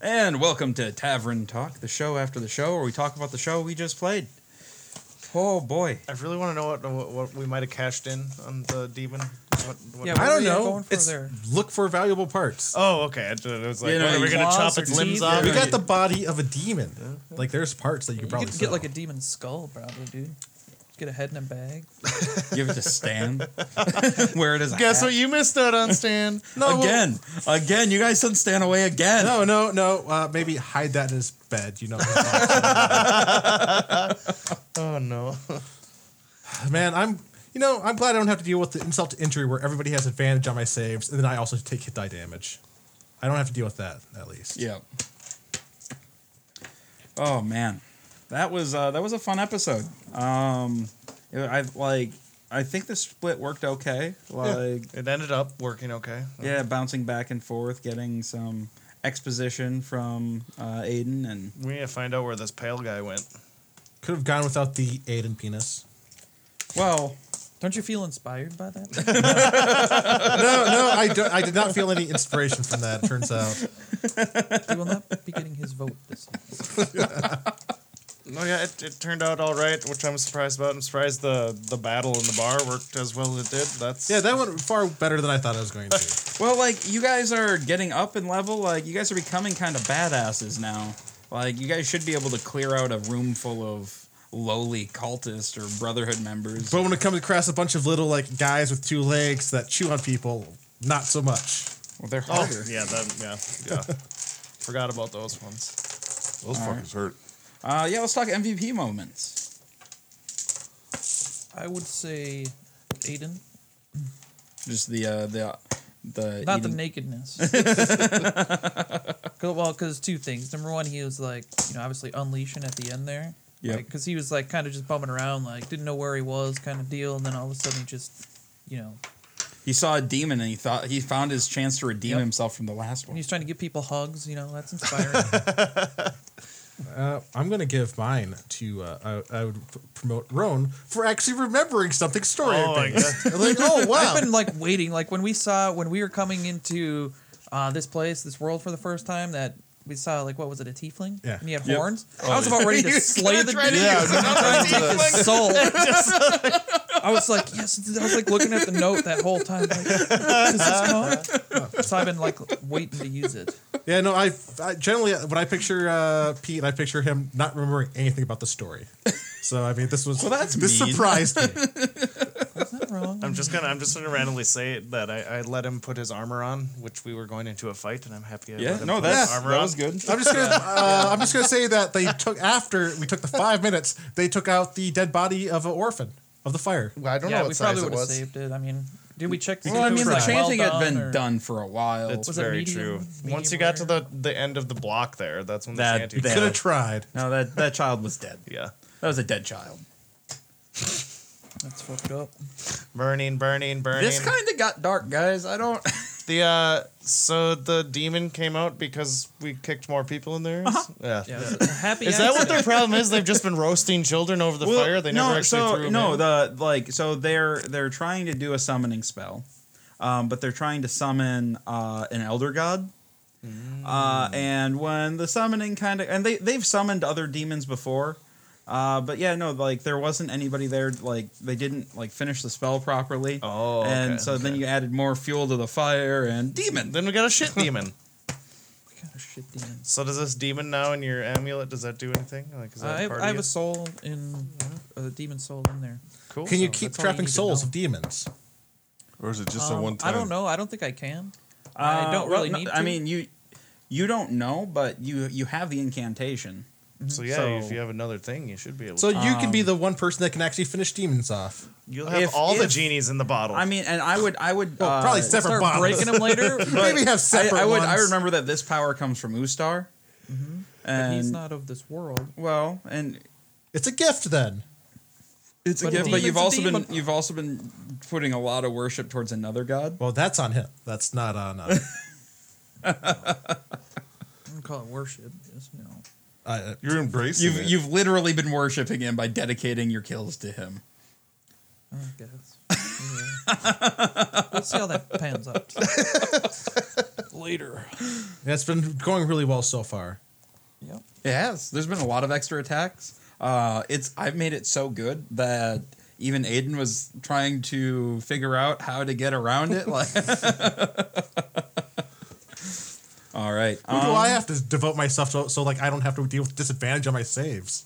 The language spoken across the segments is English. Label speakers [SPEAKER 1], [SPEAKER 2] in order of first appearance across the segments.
[SPEAKER 1] And welcome to Tavern Talk, the show after the show where we talk about the show we just played. Oh boy.
[SPEAKER 2] I really want to know what, what, what we might have cashed in on the demon. What, what
[SPEAKER 1] Yeah, what
[SPEAKER 2] I-
[SPEAKER 3] I
[SPEAKER 1] are
[SPEAKER 3] don't
[SPEAKER 1] you
[SPEAKER 3] know.
[SPEAKER 1] going for
[SPEAKER 3] It's
[SPEAKER 1] there?
[SPEAKER 3] look for valuable parts.
[SPEAKER 2] oh, okay. I thought It was like,
[SPEAKER 1] You know,
[SPEAKER 2] what, are we going to
[SPEAKER 4] claws
[SPEAKER 2] chop
[SPEAKER 4] or
[SPEAKER 2] its limbs
[SPEAKER 4] teeth
[SPEAKER 2] off?
[SPEAKER 4] or-
[SPEAKER 3] we
[SPEAKER 1] Yeah.
[SPEAKER 3] got the body of a demon. Like there's parts that you could
[SPEAKER 4] You
[SPEAKER 3] probably
[SPEAKER 4] could get
[SPEAKER 3] sell.
[SPEAKER 4] like a demon skull, probably, dude. Get a head in a bag.
[SPEAKER 1] Give it to Stan. Where it is.
[SPEAKER 2] Guess what you missed out on, Stan?
[SPEAKER 3] no
[SPEAKER 1] Again. Again. You guys sent Stan away again.
[SPEAKER 3] well, No, no, no. Uh, maybe hide that in his bed. You know.
[SPEAKER 2] Oh, no.
[SPEAKER 3] Man, I'm. You know, I'm glad I don't have to deal with the insult to injury where everybody has advantage on my saves, and then I also take hit die damage. I don't have to deal with that at least.
[SPEAKER 1] Yeah. Oh man, that was uh, that was a fun episode. Um, I like I think the split worked okay. Like
[SPEAKER 2] It ended up working okay.
[SPEAKER 1] yeah, bouncing back and forth, getting some exposition from uh, Aiden, and
[SPEAKER 2] We need to find out where this pale guy went.
[SPEAKER 3] Could have gone without the Aiden penis.
[SPEAKER 1] well,
[SPEAKER 4] Don't you feel inspired by that?
[SPEAKER 3] No, no, I, don't- I did not feel any inspiration from that. It turns out.
[SPEAKER 4] he will not be getting his vote this month.
[SPEAKER 2] No, Oh, yeah, it, it turned out all right, which I'm surprised about. I'm surprised the, the battle in the bar worked as well as it did. That's
[SPEAKER 3] Yeah, that went far better than I thought it was going to.
[SPEAKER 1] well, like you guys are getting up in level. Like you guys are becoming kind of badasses now. Like you guys should be able to clear out a room full of lowly cultist or brotherhood members.
[SPEAKER 3] But when it comes across a bunch of little like guys with two legs that chew on people, not so much.
[SPEAKER 1] Well, they're
[SPEAKER 2] Oh,
[SPEAKER 1] harder.
[SPEAKER 2] yeah, that, yeah, yeah. Forgot about those ones.
[SPEAKER 5] Those fuckers hurt.
[SPEAKER 1] Uh, yeah, let's talk MVP moments.
[SPEAKER 4] I would say Aiden.
[SPEAKER 1] Just the uh, the the
[SPEAKER 4] Not the
[SPEAKER 1] eating-
[SPEAKER 4] nakedness. 'Cause- well, because two things. Number one, he was like, you know, obviously unleashing at the end there.
[SPEAKER 1] Yep.
[SPEAKER 4] Because he was like kind of just bumming around, like didn't know where he was, kind of deal. And then all of a sudden he just, you know,
[SPEAKER 1] he saw a demon and he thought he found his chance to redeem
[SPEAKER 4] Yep.
[SPEAKER 1] himself from the last
[SPEAKER 4] and
[SPEAKER 1] one.
[SPEAKER 4] he's trying to give people hugs, you know, that's inspiring.
[SPEAKER 3] Uh, I'm going to give mine to uh, I, I would p- promote Roan for actually remembering something story.
[SPEAKER 2] Oh, my
[SPEAKER 3] I
[SPEAKER 2] God.
[SPEAKER 3] like, oh wow.
[SPEAKER 4] I've been like waiting. Like when we saw when we were coming into uh, this place, this world for the first time, that we saw like what was it, a tiefling?
[SPEAKER 3] Yeah.
[SPEAKER 4] And he had
[SPEAKER 1] Yep.
[SPEAKER 4] horns. I was about ready to slay the
[SPEAKER 2] try
[SPEAKER 4] dude.
[SPEAKER 2] to
[SPEAKER 4] Yeah,
[SPEAKER 2] use
[SPEAKER 4] trying to take his soul. I was like, yes. I was like looking at the note that whole time. Like, Does this count? So I've been like waiting to use it.
[SPEAKER 3] yeah, no, I, I generally when I picture uh, Pete, I picture him not remembering anything about the story. So I mean, this was
[SPEAKER 1] Well, that's
[SPEAKER 3] this
[SPEAKER 1] mean.
[SPEAKER 3] surprised me.
[SPEAKER 4] Is that wrong?
[SPEAKER 2] I'm just gonna I'm just gonna randomly say that I, I let him put his armor on, which we were going into a fight, and I'm happy. I
[SPEAKER 1] Yeah,
[SPEAKER 2] let him
[SPEAKER 1] no,
[SPEAKER 2] put
[SPEAKER 1] that's
[SPEAKER 2] his armor
[SPEAKER 1] that
[SPEAKER 2] on.
[SPEAKER 1] was good.
[SPEAKER 3] I'm just gonna. Uh, I'm just gonna say that they took after we took the five minutes. They took out the dead body of an orphan of the fire.
[SPEAKER 2] Well, I don't
[SPEAKER 4] yeah,
[SPEAKER 2] know
[SPEAKER 4] we
[SPEAKER 2] what size
[SPEAKER 4] probably
[SPEAKER 2] it
[SPEAKER 4] would have
[SPEAKER 2] was.
[SPEAKER 4] saved it. I mean, did we check? to see
[SPEAKER 1] Well, I
[SPEAKER 4] if it
[SPEAKER 1] mean,
[SPEAKER 4] was,
[SPEAKER 1] the
[SPEAKER 4] like, well
[SPEAKER 1] chanting had been
[SPEAKER 4] or-
[SPEAKER 1] done for a while.
[SPEAKER 2] It's
[SPEAKER 4] Was it
[SPEAKER 2] very
[SPEAKER 4] medium-
[SPEAKER 2] true.
[SPEAKER 4] medium
[SPEAKER 2] Once you got to the
[SPEAKER 4] rare?
[SPEAKER 2] the end of the block there, that's when
[SPEAKER 1] That-
[SPEAKER 2] the shanty.
[SPEAKER 1] that-
[SPEAKER 3] Could have tried.
[SPEAKER 1] no, that that child was dead.
[SPEAKER 2] Yeah,
[SPEAKER 1] That was a dead child.
[SPEAKER 4] That's fucked up.
[SPEAKER 2] burning, burning, burning.
[SPEAKER 1] This kind of got dark, guys. I don't.
[SPEAKER 2] the uh, so the demon came out because we kicked more people in there.
[SPEAKER 1] Uh-huh.
[SPEAKER 2] Yeah.
[SPEAKER 4] Yeah, it was a happy.
[SPEAKER 2] Is that what
[SPEAKER 4] accident.
[SPEAKER 2] their problem is? They've just been roasting children over the fire. They never
[SPEAKER 1] no,
[SPEAKER 2] actually
[SPEAKER 1] so,
[SPEAKER 2] threw 'em
[SPEAKER 1] no
[SPEAKER 2] in.
[SPEAKER 1] the like so they're they're trying to do a summoning spell, um, but they're trying to summon uh, an elder god.
[SPEAKER 2] Mm.
[SPEAKER 1] Uh, and when the summoning kind of and they they've summoned other demons before, uh, but yeah, no, like there wasn't anybody there. Like they didn't like finish the spell properly.
[SPEAKER 2] Oh, okay,
[SPEAKER 1] and so then you added more fuel to the fire and demon.
[SPEAKER 2] Then we got a shit demon.
[SPEAKER 4] What kind of shit demons?
[SPEAKER 2] So does this demon now in your amulet? Does that do anything? Like is that
[SPEAKER 4] I,
[SPEAKER 2] part
[SPEAKER 4] I
[SPEAKER 2] of
[SPEAKER 4] have
[SPEAKER 2] you?
[SPEAKER 4] a soul in a demon soul in there.
[SPEAKER 2] cool.
[SPEAKER 3] Can you
[SPEAKER 4] So
[SPEAKER 3] keep
[SPEAKER 4] that's all you
[SPEAKER 3] trapping
[SPEAKER 4] need to
[SPEAKER 3] souls
[SPEAKER 4] know.
[SPEAKER 3] of demons?
[SPEAKER 5] Or is it just a
[SPEAKER 4] Um,
[SPEAKER 5] one time?
[SPEAKER 4] I don't know. I don't think I can.
[SPEAKER 1] Uh,
[SPEAKER 4] I don't
[SPEAKER 1] well,
[SPEAKER 4] really
[SPEAKER 1] no,
[SPEAKER 4] need.
[SPEAKER 1] I
[SPEAKER 4] to.
[SPEAKER 1] mean, you you don't know, but you you have the incantation.
[SPEAKER 2] So yeah,
[SPEAKER 1] So-
[SPEAKER 2] if you have another thing, you should be able.
[SPEAKER 3] So
[SPEAKER 2] to.
[SPEAKER 3] you can be the one person that can actually finish demons off.
[SPEAKER 2] You'll have
[SPEAKER 1] if-
[SPEAKER 2] all the
[SPEAKER 1] if-
[SPEAKER 2] genies in the bottle.
[SPEAKER 1] I mean, and I would I would
[SPEAKER 3] Well,
[SPEAKER 1] uh,
[SPEAKER 3] probably
[SPEAKER 4] Start
[SPEAKER 3] separate bottles.
[SPEAKER 4] breaking them later. but
[SPEAKER 3] Maybe have separate
[SPEAKER 1] I, I would. I
[SPEAKER 3] ones.
[SPEAKER 1] remember that this power comes from Ustar, and
[SPEAKER 4] Mm-hmm. he's not of this world.
[SPEAKER 1] well, and
[SPEAKER 3] It's a gift then.
[SPEAKER 1] it's
[SPEAKER 4] But
[SPEAKER 1] a
[SPEAKER 4] a
[SPEAKER 1] gift. But you've
[SPEAKER 4] demon's a
[SPEAKER 1] also been
[SPEAKER 4] demon.
[SPEAKER 1] you've also been putting a lot of worship towards another god.
[SPEAKER 3] Well, that's on him. That's not on. Uh,
[SPEAKER 4] I'm gonna call it worship. Just, you know.
[SPEAKER 3] I,
[SPEAKER 5] You're embracing
[SPEAKER 1] You've
[SPEAKER 5] it.
[SPEAKER 1] you've literally been worshiping him by dedicating your kills to him.
[SPEAKER 4] I guess. Yeah. Let's see how that pans out. later.
[SPEAKER 3] And it's been going really well so far.
[SPEAKER 4] Yep.
[SPEAKER 1] It has. There's been a lot of extra attacks. Uh, it's I've made it so good that even Aiden was trying to figure out how to get around it. Like, all right.
[SPEAKER 3] Who do
[SPEAKER 1] um,
[SPEAKER 3] I have to devote myself to so like I don't have to deal with disadvantage on my saves?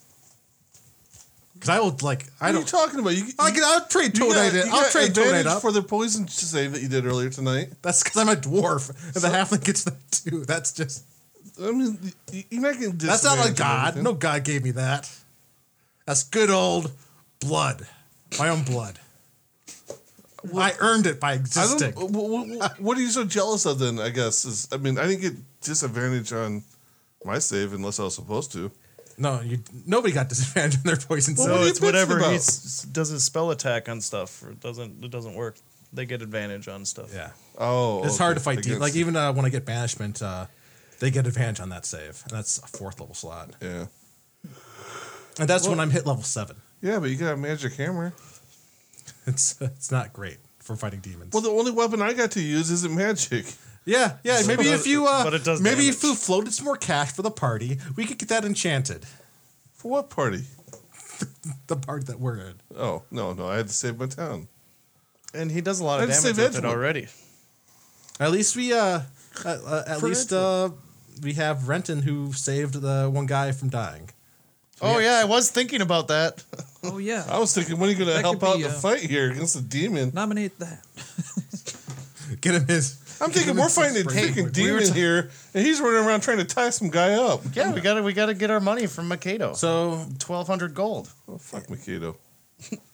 [SPEAKER 3] Because I will like I
[SPEAKER 5] What are you
[SPEAKER 3] don't.
[SPEAKER 5] talking about? You,
[SPEAKER 3] I can, I'll trade
[SPEAKER 5] you
[SPEAKER 3] Toadite
[SPEAKER 5] got-
[SPEAKER 3] in.
[SPEAKER 5] you
[SPEAKER 3] I'll
[SPEAKER 5] got
[SPEAKER 3] trade Toadite
[SPEAKER 5] advantage
[SPEAKER 3] up.
[SPEAKER 5] for the poison save that you did earlier tonight.
[SPEAKER 3] That's because I'm a dwarf, and the halfling gets that too. That's just
[SPEAKER 5] I mean, you- you're not getting.
[SPEAKER 3] that's not like
[SPEAKER 5] disadvantage
[SPEAKER 3] God.
[SPEAKER 5] on everything.
[SPEAKER 3] No God gave me that. That's good old blood, my own blood. I earned it by
[SPEAKER 5] I
[SPEAKER 3] existing.
[SPEAKER 5] don't, wh- wh- wh- what are you so jealous of then? I guess is I mean I didn't get disadvantage on my save unless I was supposed to.
[SPEAKER 3] No, you, nobody got disadvantage on their poison.
[SPEAKER 2] So
[SPEAKER 5] what are
[SPEAKER 3] so
[SPEAKER 5] you
[SPEAKER 2] it's
[SPEAKER 5] bitching
[SPEAKER 2] whatever
[SPEAKER 5] about?
[SPEAKER 2] he s- does his spell attack on stuff. Or it doesn't it doesn't work. They get advantage on stuff.
[SPEAKER 3] yeah,
[SPEAKER 5] Oh,
[SPEAKER 3] it's hard to
[SPEAKER 5] okay, I
[SPEAKER 3] fight deep.
[SPEAKER 5] guess.
[SPEAKER 3] Like even uh, when I get banishment, uh, they get advantage on that save, and that's a fourth level slot.
[SPEAKER 5] yeah,
[SPEAKER 3] And that's when I'm hit level seven.
[SPEAKER 5] yeah, but you got a magic hammer.
[SPEAKER 3] It's it's not great for fighting demons.
[SPEAKER 5] Well, the only weapon I got to use isn't magic.
[SPEAKER 3] yeah, yeah. Maybe if you uh,
[SPEAKER 2] but it does
[SPEAKER 3] maybe
[SPEAKER 2] damage.
[SPEAKER 3] if you floated some more cash for the party, we could get that enchanted.
[SPEAKER 5] For what party?
[SPEAKER 3] The part that we're in.
[SPEAKER 5] Oh no, no, I had to save my town.
[SPEAKER 2] And he does a lot of
[SPEAKER 5] I'd say
[SPEAKER 2] damage with it
[SPEAKER 5] vegetable.
[SPEAKER 2] already.
[SPEAKER 3] At least we uh, uh, uh at least uh, we have Renton who saved the one guy from dying.
[SPEAKER 2] Oh yeah, I was thinking about that.
[SPEAKER 4] Oh
[SPEAKER 5] I
[SPEAKER 4] yeah.
[SPEAKER 5] was thinking, when are you going to
[SPEAKER 4] That
[SPEAKER 5] help
[SPEAKER 4] could
[SPEAKER 5] out
[SPEAKER 4] be,
[SPEAKER 5] in the
[SPEAKER 4] uh,
[SPEAKER 5] fight here against the demon?
[SPEAKER 4] Nominate that.
[SPEAKER 3] Get him his.
[SPEAKER 5] I'm
[SPEAKER 3] get
[SPEAKER 5] thinking
[SPEAKER 3] him
[SPEAKER 5] we're
[SPEAKER 3] his
[SPEAKER 5] fighting a
[SPEAKER 3] spray
[SPEAKER 5] freaking
[SPEAKER 3] wood.
[SPEAKER 5] demon here, and he's running around trying to tie some guy up.
[SPEAKER 2] Yeah, we gotta we gotta get our money from Makedo.
[SPEAKER 3] So
[SPEAKER 2] twelve hundred gold.
[SPEAKER 5] Oh, fuck Mikado.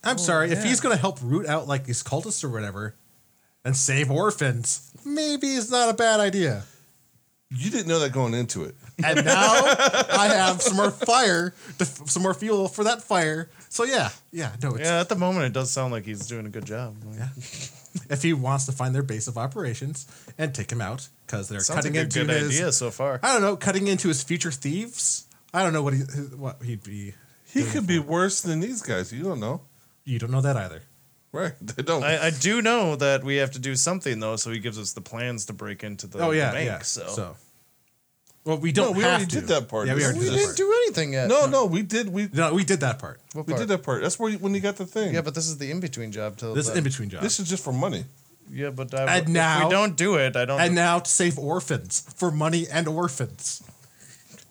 [SPEAKER 3] I'm
[SPEAKER 2] Oh,
[SPEAKER 3] sorry if
[SPEAKER 4] yeah.
[SPEAKER 3] he's gonna help root out like these cultists or whatever, and save orphans. Maybe it's not a bad idea.
[SPEAKER 5] You didn't know that going into it.
[SPEAKER 3] and now I have some more fire, to, some more fuel for that fire. So yeah, yeah, no. It's,
[SPEAKER 2] Yeah, at the moment it does sound like he's doing a good job. Like,
[SPEAKER 3] If he wants to find their base of operations and take him out because they're
[SPEAKER 2] sounds
[SPEAKER 3] cutting
[SPEAKER 2] like a
[SPEAKER 3] into
[SPEAKER 2] good
[SPEAKER 3] his,
[SPEAKER 2] idea so far.
[SPEAKER 3] I don't know, cutting into his future thieves. I don't know what he what he'd be.
[SPEAKER 5] He could be worse than these guys. You don't know,
[SPEAKER 3] You don't know that either.
[SPEAKER 5] right? They don't.
[SPEAKER 2] I, I do know that we have to do something though, so he gives us the plans to break into the,
[SPEAKER 3] oh
[SPEAKER 2] the
[SPEAKER 3] yeah,
[SPEAKER 2] bank.
[SPEAKER 3] yeah.
[SPEAKER 2] So.
[SPEAKER 3] So. well, we don't.
[SPEAKER 5] No, we
[SPEAKER 3] have
[SPEAKER 5] already
[SPEAKER 3] to.
[SPEAKER 5] did that part.
[SPEAKER 3] Yeah, we
[SPEAKER 5] This
[SPEAKER 3] already
[SPEAKER 5] is-
[SPEAKER 3] did
[SPEAKER 2] we
[SPEAKER 3] that part.
[SPEAKER 2] didn't do anything yet.
[SPEAKER 5] no, no, we did. We
[SPEAKER 3] no, we did that part.
[SPEAKER 2] What
[SPEAKER 5] we
[SPEAKER 2] part?
[SPEAKER 5] did that part. That's where you, when you got the thing.
[SPEAKER 2] Yeah, but this is the in between job till
[SPEAKER 3] This is
[SPEAKER 2] the-
[SPEAKER 3] in between job.
[SPEAKER 5] this is just for money.
[SPEAKER 2] Yeah, but I,
[SPEAKER 3] And
[SPEAKER 2] if
[SPEAKER 3] now-
[SPEAKER 2] we don't do it, I don't.
[SPEAKER 3] and
[SPEAKER 2] And,
[SPEAKER 3] now to save orphans for money and orphans.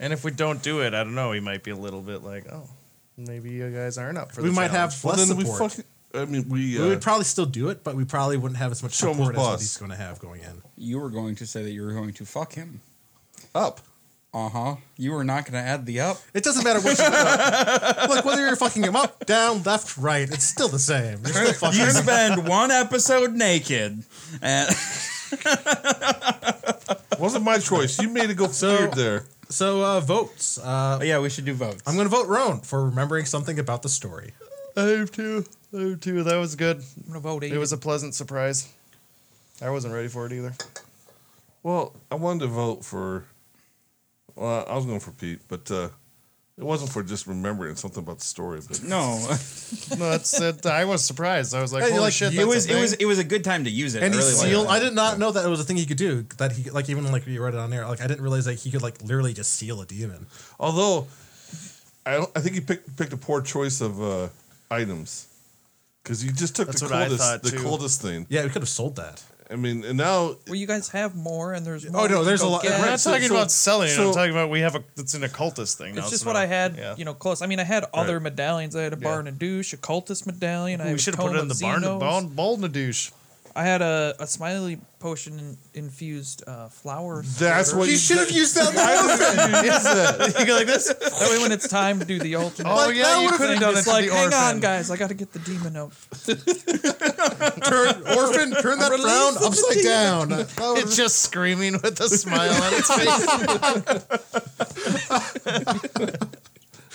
[SPEAKER 2] if we don't do it, I don't know. He might be a little bit like, oh, maybe you guys aren't up for.
[SPEAKER 3] We
[SPEAKER 2] the
[SPEAKER 3] might have
[SPEAKER 2] challenge."
[SPEAKER 5] Well,
[SPEAKER 3] less
[SPEAKER 5] then we
[SPEAKER 3] support.
[SPEAKER 5] fucking. I mean, we. Uh,
[SPEAKER 3] We would probably still do it, but we probably wouldn't have as much
[SPEAKER 5] Show 'em his
[SPEAKER 3] support as what
[SPEAKER 5] boss.
[SPEAKER 3] he's going to have going in.
[SPEAKER 1] You were going to say that you were going to fuck him.
[SPEAKER 5] up.
[SPEAKER 1] Uh huh. You were not going to add the up.
[SPEAKER 3] It doesn't matter what you do. Look, whether you're fucking him up, down, left, right, it's still the same. You're still fucking
[SPEAKER 1] You
[SPEAKER 3] him.
[SPEAKER 1] spend one episode naked. And
[SPEAKER 5] Wasn't my choice. You made it go weird there.
[SPEAKER 3] So, uh, votes. Uh,
[SPEAKER 1] yeah, we should do votes.
[SPEAKER 3] I'm going to vote Roan for remembering something about the story.
[SPEAKER 2] I have two. I have two. That was good.
[SPEAKER 4] I'm gonna vote eight.
[SPEAKER 2] It was a pleasant surprise. I wasn't ready for it either.
[SPEAKER 5] Well, I wanted to vote for. Well, I was going for Pete, but uh, it wasn't for just remembering something about the story. But
[SPEAKER 1] no,
[SPEAKER 2] No, that's it. I was surprised. I was like,
[SPEAKER 3] Hey,
[SPEAKER 2] holy
[SPEAKER 3] like,
[SPEAKER 2] shit!
[SPEAKER 1] it
[SPEAKER 2] that's
[SPEAKER 1] was
[SPEAKER 2] a
[SPEAKER 1] it
[SPEAKER 2] thing.
[SPEAKER 1] was it was a good time to use it.
[SPEAKER 3] And
[SPEAKER 1] I
[SPEAKER 3] he
[SPEAKER 1] really like
[SPEAKER 3] sealed.
[SPEAKER 1] that.
[SPEAKER 3] I did not know that it was a thing he could do. That he like even like you read it on air. Like I didn't realize like he could like literally just seal a demon.
[SPEAKER 5] although, I don't, I think he picked picked a poor choice of uh, items because you just took
[SPEAKER 2] That's
[SPEAKER 5] the
[SPEAKER 2] what I
[SPEAKER 5] coldest
[SPEAKER 2] thought,
[SPEAKER 5] the
[SPEAKER 2] too.
[SPEAKER 5] coldest thing.
[SPEAKER 3] Yeah, we could have sold that.
[SPEAKER 5] I mean, and now
[SPEAKER 4] Well, you guys have more, and there's. More
[SPEAKER 3] no,
[SPEAKER 4] we can
[SPEAKER 3] there's a
[SPEAKER 4] go
[SPEAKER 3] lot-
[SPEAKER 4] get.
[SPEAKER 2] I'm not
[SPEAKER 5] so-
[SPEAKER 2] talking
[SPEAKER 5] so-
[SPEAKER 2] about selling. it.
[SPEAKER 5] so-
[SPEAKER 2] I'm talking about we have a. It's an occultist thing. now,
[SPEAKER 4] It's just
[SPEAKER 2] so
[SPEAKER 4] what
[SPEAKER 2] now-
[SPEAKER 4] I had,
[SPEAKER 2] yeah.
[SPEAKER 4] you know, close. I mean, I had other medallions. I had a Barn and Douche, a Cultist medallion. I had
[SPEAKER 2] we
[SPEAKER 4] a
[SPEAKER 2] should have put
[SPEAKER 4] Tome
[SPEAKER 2] it in the
[SPEAKER 4] of
[SPEAKER 2] barn.
[SPEAKER 4] Xenos.
[SPEAKER 2] Bone, bone to douche.
[SPEAKER 4] I had a, a Smiley potion infused uh, flower.
[SPEAKER 5] that's
[SPEAKER 4] starter.
[SPEAKER 5] what you, should have used that. I was gonna use that.
[SPEAKER 2] you go like this.
[SPEAKER 4] That way, when it's time to do the ultimate.
[SPEAKER 2] Oh yeah, you could have done it
[SPEAKER 4] it's
[SPEAKER 2] to
[SPEAKER 4] like,
[SPEAKER 2] the
[SPEAKER 4] hang
[SPEAKER 2] orphan.
[SPEAKER 4] on, guys, I got to get the demon out.
[SPEAKER 3] Turn orphan, turn that
[SPEAKER 4] Release
[SPEAKER 3] frown
[SPEAKER 4] the
[SPEAKER 3] upside down. That was-
[SPEAKER 2] It's just screaming with a smile on its face.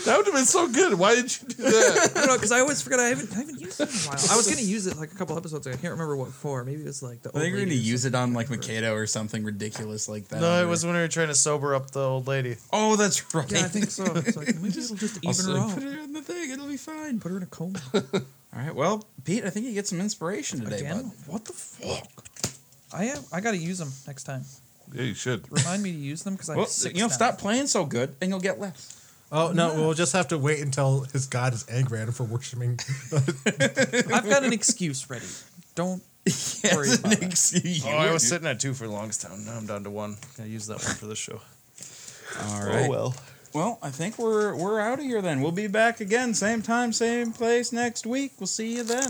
[SPEAKER 5] That would have been so good. Why did you do that?
[SPEAKER 4] I don't know because I always forget I haven't I haven't used it in a while. I was gonna use it like a couple episodes ago. I can't remember what for. Maybe it was like the.
[SPEAKER 1] I
[SPEAKER 4] old
[SPEAKER 1] think we're gonna
[SPEAKER 4] lady or
[SPEAKER 1] use it on like Mikado or something ridiculous like that.
[SPEAKER 2] no, it was when we were trying to sober up the old lady.
[SPEAKER 1] Oh, that's right.
[SPEAKER 4] something. Yeah, I think so. It's like maybe it'll just even
[SPEAKER 1] Also,
[SPEAKER 4] her out.
[SPEAKER 1] put it in the thing; it'll be fine.
[SPEAKER 4] Put her in a coma
[SPEAKER 1] All right. Well, Pete, I think you get some inspiration today,
[SPEAKER 4] again.
[SPEAKER 1] bud.
[SPEAKER 4] What the fuck? I have. I gotta use them next time.
[SPEAKER 5] Yeah, you should.
[SPEAKER 4] Remind me to use them because I
[SPEAKER 1] Well,
[SPEAKER 4] have six.
[SPEAKER 1] you know,
[SPEAKER 4] now.
[SPEAKER 1] stop playing so good, and you'll get less.
[SPEAKER 3] Oh no, we'll just have to wait until his god is angry at him for worshiping.
[SPEAKER 4] I've got an excuse ready. Don't worry
[SPEAKER 1] That's
[SPEAKER 4] about
[SPEAKER 1] an
[SPEAKER 4] it.
[SPEAKER 1] excuse.
[SPEAKER 2] Oh, I was sitting at two for Longstown. Now I'm down to one. I use that one for this show.
[SPEAKER 6] All right.
[SPEAKER 2] Oh, well.
[SPEAKER 1] Well, I think we're we're out of here then. We'll be back again, same time, same place next week. We'll see you then.